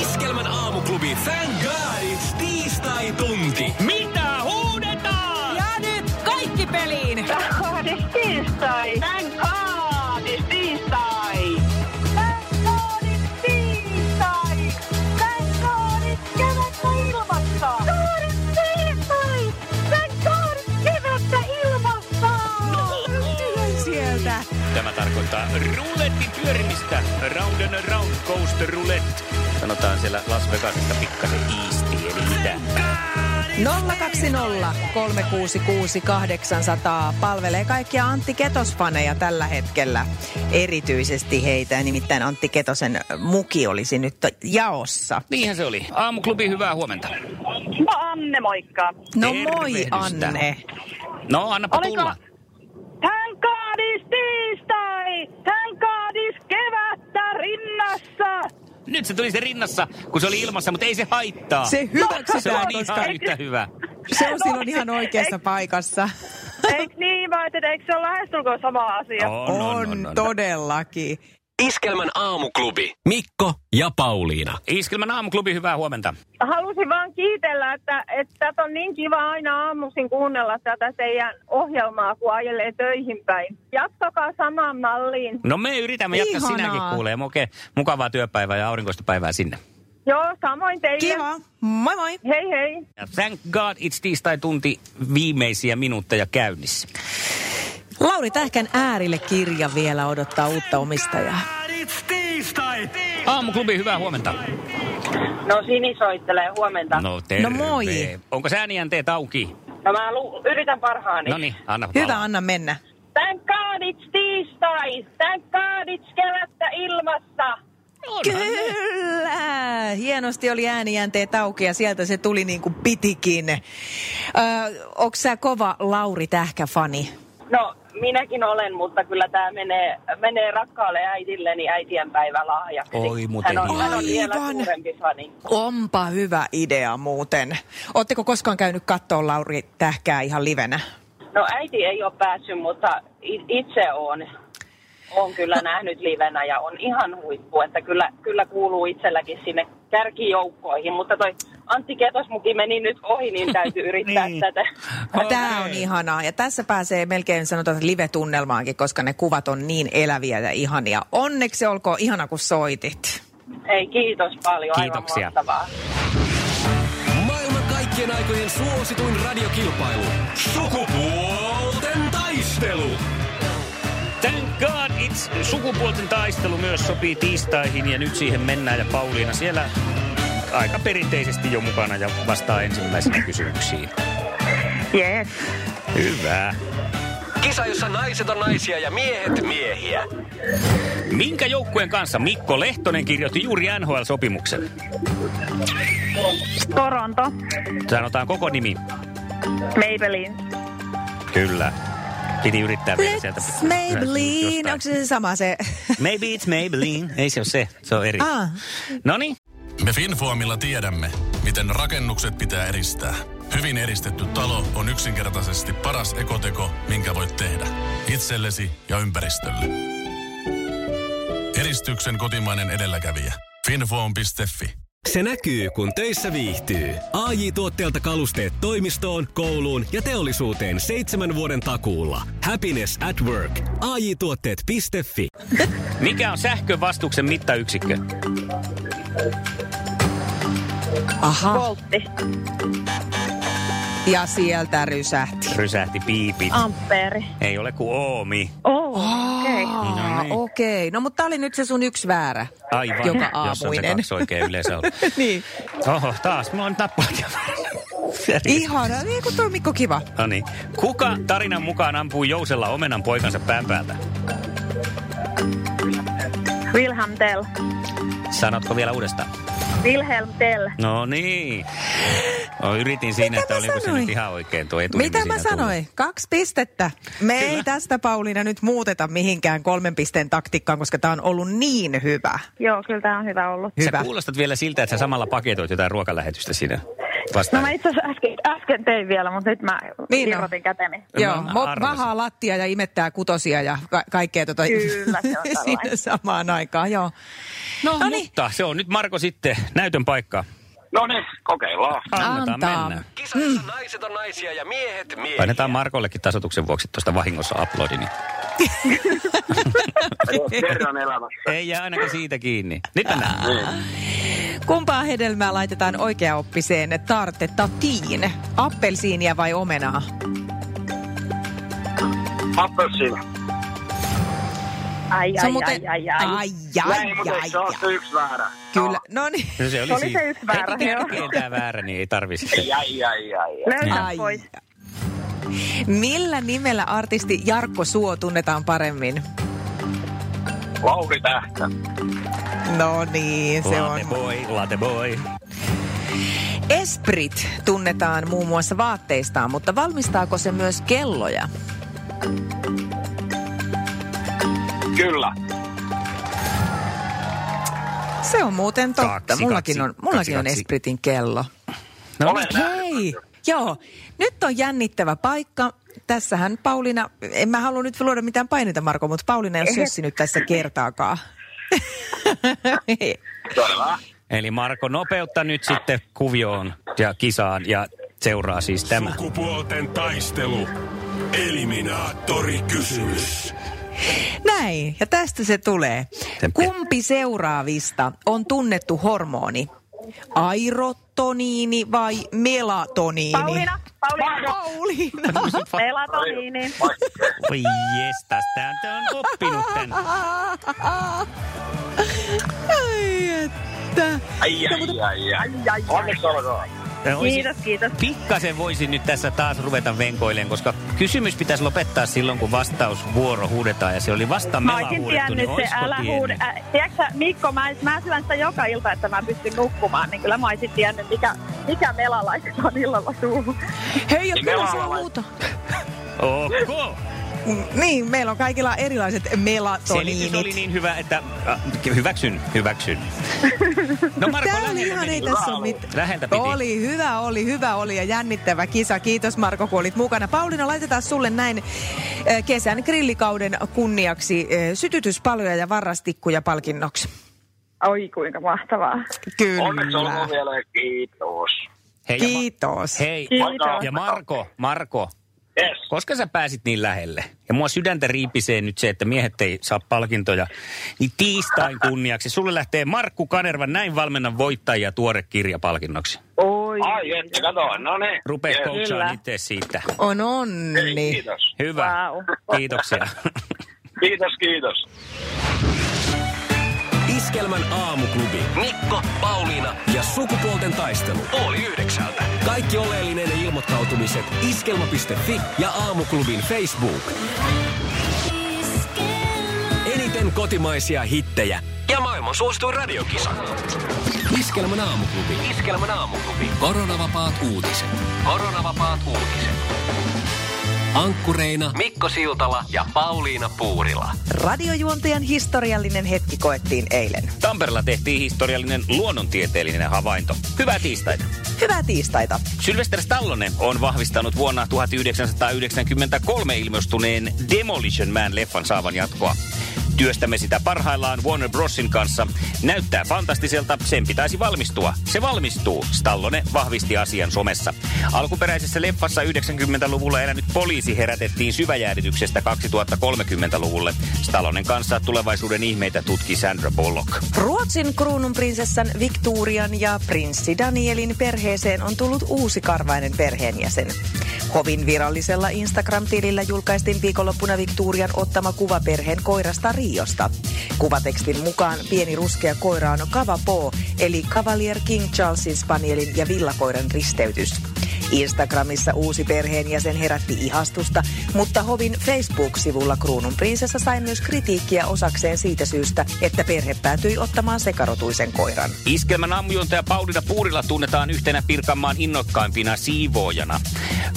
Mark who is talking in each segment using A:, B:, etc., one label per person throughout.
A: Iskelmän aamuklubi, thank god, it's tiistai-tunti. Mitä huudetaan?
B: Ja nyt kaikki peliin!
C: God, it's tiistai! Thank God, it's tiistai! Thank God, it's tiistai! Thank God, it's kevättä ilmassa! God, it's tiistai! Thank God, it's kevättä ilmassa!
B: Sieltä.
D: Tämä tarkoittaa ruletti pyörimistä. Round and round coast roulette. Sanotaan siellä Las Vegasista pikkasen iisti, eli itä.
B: 020 366 800 palvelee kaikkia Antti Ketos-faneja tällä hetkellä. Erityisesti heitä, nimittäin Antti Ketosen muki olisi nyt jaossa.
D: Niinhän se oli. Aamuklubi, hyvää huomenta.
C: No Anne, moikka!
B: No moi
D: Tervehdystä.
B: Anne.
D: No, annapa
C: Oliko-
D: tulla.
C: Thank God, it's tiistai! Thank God, it's kevättä rinnassa!
D: Nyt se tuli se rinnassa, kun se oli ilmassa, mutta ei se haittaa.
B: Se
D: se
B: hyväksytään,
D: on
B: koska
D: ihan yhtä hyvä.
B: se
C: No,
B: on silloin ihan oikeassa paikassa.
C: Eikö niin, vai että eikö se ole lähestulkoon sama asia?
D: On, on, on,
B: On
D: on.
B: todellakin.
A: Iskelmän aamuklubi. Mikko ja Pauliina.
D: Iskelmän aamuklubi, hyvää huomenta.
C: halusin vaan kiitellä, että, että tätä on niin kiva aina aamuisin kuunnella tätä teidän ohjelmaa, kun ajelee töihin päin. Jatkakaa samaan malliin.
D: No me yritämme jatkaa
B: Ihanaa.
D: sinäkin kuulee. Okei, mukavaa työpäivää ja aurinkoista päivää sinne.
C: Joo, samoin teille.
B: Kiva. Moi moi.
C: Hei hei.
D: Ja thank God it's tiistai-tunti viimeisiä minuutteja käynnissä.
B: Lauri Tähkän äärille kirja vielä odottaa uutta omistajaa.
D: Aamuklubi, hyvää huomenta.
C: No Sini soittelee huomenta.
D: No terve.
B: moi. Niin.
D: Onko sä äänijänteet auki?
C: No mä lu- yritän parhaani.
D: No niin, anna
B: Hyvä,
D: palaa.
B: anna mennä.
C: Thank God it's tiistai. Thank God it's kevättä ilmassa.
B: Kyllä! Hienosti oli äänijänteet auki ja sieltä se tuli niin kuin pitikin. Öö, Onko sä kova Lauri Tähkä-fani?
C: No minäkin olen, mutta kyllä tämä menee, menee rakkaalle äitilleni äitien päivä lahjaksi.
D: Oi, muuten
C: hän on, hän on vielä
B: Aivan.
C: suurempi fani.
B: Onpa hyvä idea muuten. Oletteko koskaan käynyt kattoon Lauri Tähkää ihan livenä?
C: No äiti ei ole päässyt, mutta i- itse on. Olen
D: No.
C: kyllä nähnyt livenä ja on ihan huippu, että kyllä, kyllä kuuluu itselläkin sinne kärkijoukkoihin. Mutta toi Antti Ketosmuki meni nyt ohi, niin täytyy yrittää
D: Niin.
C: tätä.
D: Okei.
B: Tämä on ihanaa ja tässä pääsee melkein sanotaan että live-tunnelmaankin, koska ne kuvat on niin eläviä ja ihania. Onneksi olkoon ihana kun soitit.
C: Ei, kiitos paljon.
D: Kiitoksia.
C: Aivan mahtavaa.
A: Maailman kaikkien aikojen suosituin radiokilpailu. Sukupuolten taistelu.
D: Thank God it's sukupuolten taistelu myös sopii tiistaihin ja nyt siihen mennään ja Pauliina siellä aika perinteisesti jo mukana ja vastaa ensimmäisiin kysymyksiin.
C: Yes.
D: Hyvä.
A: Kisa, jossa naiset on naisia ja miehet miehiä.
D: Minkä joukkueen kanssa Mikko Lehtonen kirjoitti juuri NHL-sopimuksen?
C: Toronto,
D: Sanotaan koko nimi.
C: Maybelline.
D: Kyllä. Piti yrittää vielä sieltä.
B: Let's Maybelline.
D: jostain.
B: Onko se se sama se?
D: Maybe it's Maybelline. Ei se ole se, se on eri. No niin.
B: Ah.
D: Noniin.
E: Me Finfoamilla tiedämme, miten rakennukset pitää eristää. Hyvin eristetty talo on yksinkertaisesti paras ekoteko, minkä voit tehdä. Itsellesi ja ympäristölle. Eristyksen kotimainen edelläkävijä. Finfoam.fi
A: Se näkyy, kun töissä viihtyy. ai tuotteelta kalusteet toimistoon, kouluun ja teollisuuteen seitsemän vuoden takuulla. Happiness at work. ai tuotteetfi
D: Mikä on sähkövastuksen mittayksikkö?
B: Aha.
C: Voltti,
B: Ja sieltä rysähti.
D: Rysähti piipit.
B: Ah.
C: Ampeeri.
D: Ei ole kuin oomi.
C: Oh, okei.
D: No
B: Aa,
D: niin.
B: Okei, no mutta tämä oli nyt se sun yksi väärä.
D: Aivan,
B: Joka
D: jos on se
B: aamuinen.
D: kaksi oikein yleensä ollut.
B: niin.
D: Oho, taas. Mä oon tappanut.
B: Ihana, niin kuin tuo Mikko kiva.
D: No niin. Kuka tarinan mukaan ampuu jousella omenan poikansa pään päältä?
C: Wilhelm Tell.
D: Sanotko vielä uudestaan?
C: Wilhelm Tell.
D: No niin. No, yritin siinä,
B: Mitä
D: että
B: mä
D: oliko se
B: sanoin?
D: nyt ihan oikein tuo etunimi
B: Mitä mä
D: siinä tuli.
B: sanoin? Kaksi pistettä. Me ei tästä Pauliina nyt muuteta mihinkään kolmen pisteen taktiikkaan, koska tämä on ollut niin hyvä.
C: Joo, kyllä tämä on hyvä ollut.
B: Hyvä.
D: Sä kuulostat vielä siltä, että sä samalla paketoit jotain ruokalähetystä siinä
C: No
D: vastaan.
C: mä itse asiassa äsken, äsken tein vielä, mutta nyt mä
B: Niin
C: niin
B: on.
C: irrotin käteni.
B: Joo,
D: mä
B: mo-
D: arvasin.
B: vahaa lattia ja imettää kutosia ja ka- kaikkea tota
C: Kyllä, se on
B: siinä
C: tällainen.
B: samaan aikaan, joo. No,
D: No Mutta se on nyt Marko sitten näytön paikka.
F: No niin, kokeillaan.
D: Annetaan
B: Antaa.
D: mennä.
A: Kisassa mm. naiset on naisia ja miehet miehiä.
D: Painetaan Markollekin tasotuksen vuoksi tuosta vahingossa uploadini.
F: Kerran elämässä. Niin.
D: Ei jää ainakaan siitä kiinni. Nyt mennään.
B: Kumpaa hedelmää laitetaan oikeaoppiseen tartettatiin? Appelsiinia vai omenaa?
F: Appelsiina.
C: Ai,
B: Se
C: ai,
B: on muuten-
C: ai, ai, ai.
B: ai, ai,
F: Ei, mutta
B: ai,
F: se on se
B: ai.
F: yksi väärä.
B: Kyllä, no niin.
D: No se oli,
C: Se oli
D: siinä.
C: se yksi väärä,
D: Heti
C: joo.
D: kärkeen tää väärä, niin ei tarvi sitten.
F: Ai, ai, ai, ai. ai.
C: Löysä
B: Ai. niin.
C: pois.
B: Millä nimellä artisti Jarkko Suo tunnetaan paremmin?
F: Lauri Tähkä.
B: No niin, se on.
D: Latte boy, latte boy.
B: Esprit tunnetaan muun muassa vaatteistaan, mutta valmistaako se myös kelloja?
F: Kyllä.
B: Se on muuten totta.
D: Kaksi,
B: mullakin
D: kaksi,
B: on, mullakin
D: kaksi,
B: on
D: kaksi.
B: Espritin kello.
D: No,
F: Olen
B: Hei! Joo, nyt on jännittävä paikka. Tässähän Pauliina, en mä halua nyt luoda mitään paineita Marko, mutta Pauliina ei ole sössinyt tässä kertaakaan.
F: Kyllä.
D: Eli Marko, nopeutta nyt sitten kuvioon ja kisaan ja seuraa siis tämä.
E: Sukupuolten taistelu. Eliminaattori kysymys.
B: Näin, ja tästä se tulee.
D: Temppi.
B: Kumpi seuraavista on tunnettu hormoni? Airotoniini vai melatoniini?
C: Pauliina, Pauliina.
B: Pauliina.
C: Melatoniini.
D: Voi jestas, tää tää on oppinut tän.
B: Ai että.
F: Ai, ai, ai, ai. Onneksi olkoon.
D: Tää olisi-
C: Kiitos, kiitos.
D: Pikkasen voisin nyt tässä taas ruveta venkoileen, koska kysymys pitäisi lopettaa silloin, kun vastausvuoro huudetaan. Ja se oli vasta
C: Mä
D: mela
C: olisin
D: huudettu,
C: tiennyt
D: niin
C: se,
D: olisiko
C: älä huude.
D: tiennyt?
C: Ä, tiedätkö sä, Mikko, mä, mä syön sitä joka ilta, että mä pystyn nukkumaan, niin kyllä mä olisin tiennyt, mikä, mikä melalaiset on illalla suuhun.
B: Hei, ja kyllä
F: Niin meillä
B: siellä
F: on-
B: muuta.
D: Ok.
B: Mm, Niin, meillä on kaikilla erilaiset
D: Selitys oli
B: melatoniinit.
D: niin hyvä, että äh, hyväksyn, hyväksyn. No Marko,
B: Tää oli
D: lähellä
B: ihan, ei
D: meni.
B: tässä ole mitään.
D: Läheltä piti.
B: Oli hyvä, oli hyvä, oli ja jännittävä kisa. Kiitos Marko, kun olit mukana. Pauliina, laitetaan sulle näin eh, kesän grillikauden kunniaksi eh, sytytyspaloja ja varrastikkuja palkinnoksi.
C: Oi, kuinka mahtavaa.
F: Onneksi olkoon
B: Kyllä.
F: vielä. Kiitos.
D: Hei, ja Ma-
B: Kiitos.
D: Hei,
C: Kiitos.
D: ja Marko, Marko,
F: Yes.
D: koska sä pääsit niin lähelle, ja mua sydäntä riipisee nyt se, että miehet ei saa palkintoja, niin tiistain kunniaksi sulle lähtee Markku Kanervan Näin valmennan voittajia tuore kirja palkinnoksi.
C: Oi.
F: Ai, että kato. No niin.
D: Rupee
F: Yes.
D: koutsaan
C: Kyllä.
D: itse siitä.
B: On
F: Ei,
B: onni.
F: Kiitos.
D: Hyvä.
C: Vau.
D: Kiitoksia.
F: Kiitos, kiitos.
A: Iskelmän aamuklubi. Mikko, Pauliina ja sukupuolten taistelu. Oli yhdeksältä. Kaikki oleellinen ilmoittautumiset iskelma.fi ja aamuklubin Facebook. Eniten kotimaisia hittejä ja maailman suosituin radiokisa. Iskelmän aamuklubi. Iskelmän aamuklubi. Koronavapaat uutiset. Koronavapaat uutiset. Ankkureina Mikko Siltala ja Pauliina Puurila.
B: Radiojuontajan historiallinen hetki koettiin eilen.
D: Tampereella tehtiin historiallinen luonnontieteellinen havainto. Hyvää tiistaita.
B: Hyvää tiistaita.
D: Sylvester Stallone on vahvistanut vuonna 1993 ilmestyneen Demolition Man-leffan saavan jatkoa. Työstämme sitä parhaillaan Warner Brosin kanssa. Näyttää fantastiselta, sen pitäisi valmistua. Se valmistuu, Stallone vahvisti asian somessa. Alkuperäisessä leffassa 90-luvulla elänyt poliisi herätettiin syväjäädytyksestä 2030-luvulle. Stallonen kanssa tulevaisuuden ihmeitä tutki Sandra Bullock.
B: Ruotsin kruununprinsessan Victorian ja prinssi Danielin perheeseen on tullut uusi karvainen perheenjäsen. Hovin virallisella Instagram-tilillä julkaistiin viikonloppuna Victorian ottama kuva perheen koirasta Riosta. Kuvatekstin mukaan pieni ruskea koira on Kavapo, eli Cavalier King Charlesin spanielin ja villakoiran risteytys. Instagramissa uusi perheenjäsen herätti ihastusta, mutta Hovin Facebook-sivulla Kruunun prinsessa sai myös kritiikkiä osakseen siitä syystä, että perhe päätyi ottamaan sekarotuisen koiran.
D: Iskelmän ammujontaja Pauliina Puurila tunnetaan yhtenä Pirkanmaan innokkaimpina siivoojana.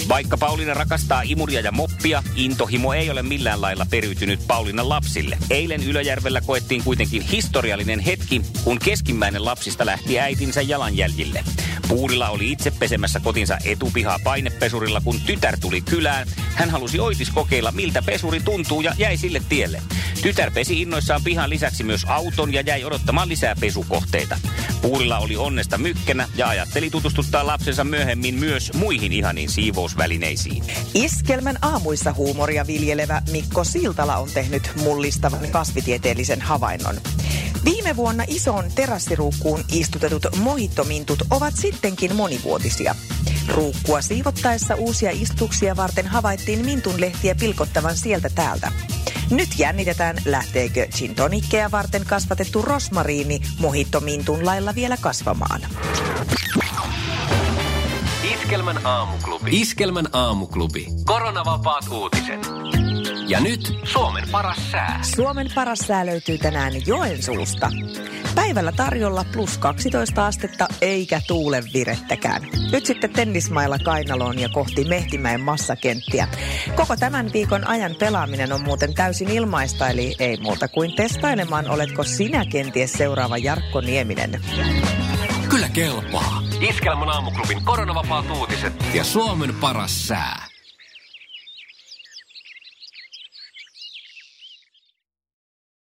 D: Vaikka Pauliina rakastaa imuria ja moppia, intohimo ei ole millään lailla periytynyt Pauliinan lapsille. Eilen Ylöjärvellä koettiin kuitenkin historiallinen hetki, kun keskimmäinen lapsista lähti äitinsä jalanjäljille. Puurila oli itse pesemässä kotinsa etupihaa painepesurilla, kun tytär tuli kylään. Hän halusi oitis kokeilla, miltä pesuri tuntuu ja jäi sille tielle. Tytär pesi innoissaan pihan lisäksi myös auton ja jäi odottamaan lisää pesukohteita. Puurilla oli onnesta mykkänä ja ajatteli tutustuttaa lapsensa myöhemmin myös muihin ihaniin siivousvälineisiin.
B: Iskelmän aamuissa huumoria viljelevä Mikko Siltala on tehnyt mullistavan kasvitieteellisen havainnon. Viime vuonna isoon terassiruukkuun istutetut mohittomintut ovat sittenkin monivuotisia. Ruukkua siivottaessa uusia istuksia varten havaittiin mintun lehtiä pilkottavan sieltä täältä. Nyt jännitetään, lähteekö gin tonikkeja varten kasvatettu rosmariini mohittomintun lailla vielä kasvamaan.
A: Iskelmän aamuklubi. Iskelmän aamuklubi. Koronavapaat uutiset. Ja nyt Suomen paras sää.
B: Suomen paras sää löytyy tänään Joensuusta. Päivällä tarjolla plus 12 astetta eikä tuulen virettäkään. Nyt sitten tennismailla kainaloon ja kohti Mehtimäen massakenttiä. Koko tämän viikon ajan pelaaminen on muuten täysin ilmaista, eli ei muuta kuin testailemaan, oletko sinä kenties seuraava Jarkko Nieminen.
A: Kyllä kelpaa. Iskelmän aamuklubin koronavapaat uutiset. Ja Suomen paras sää.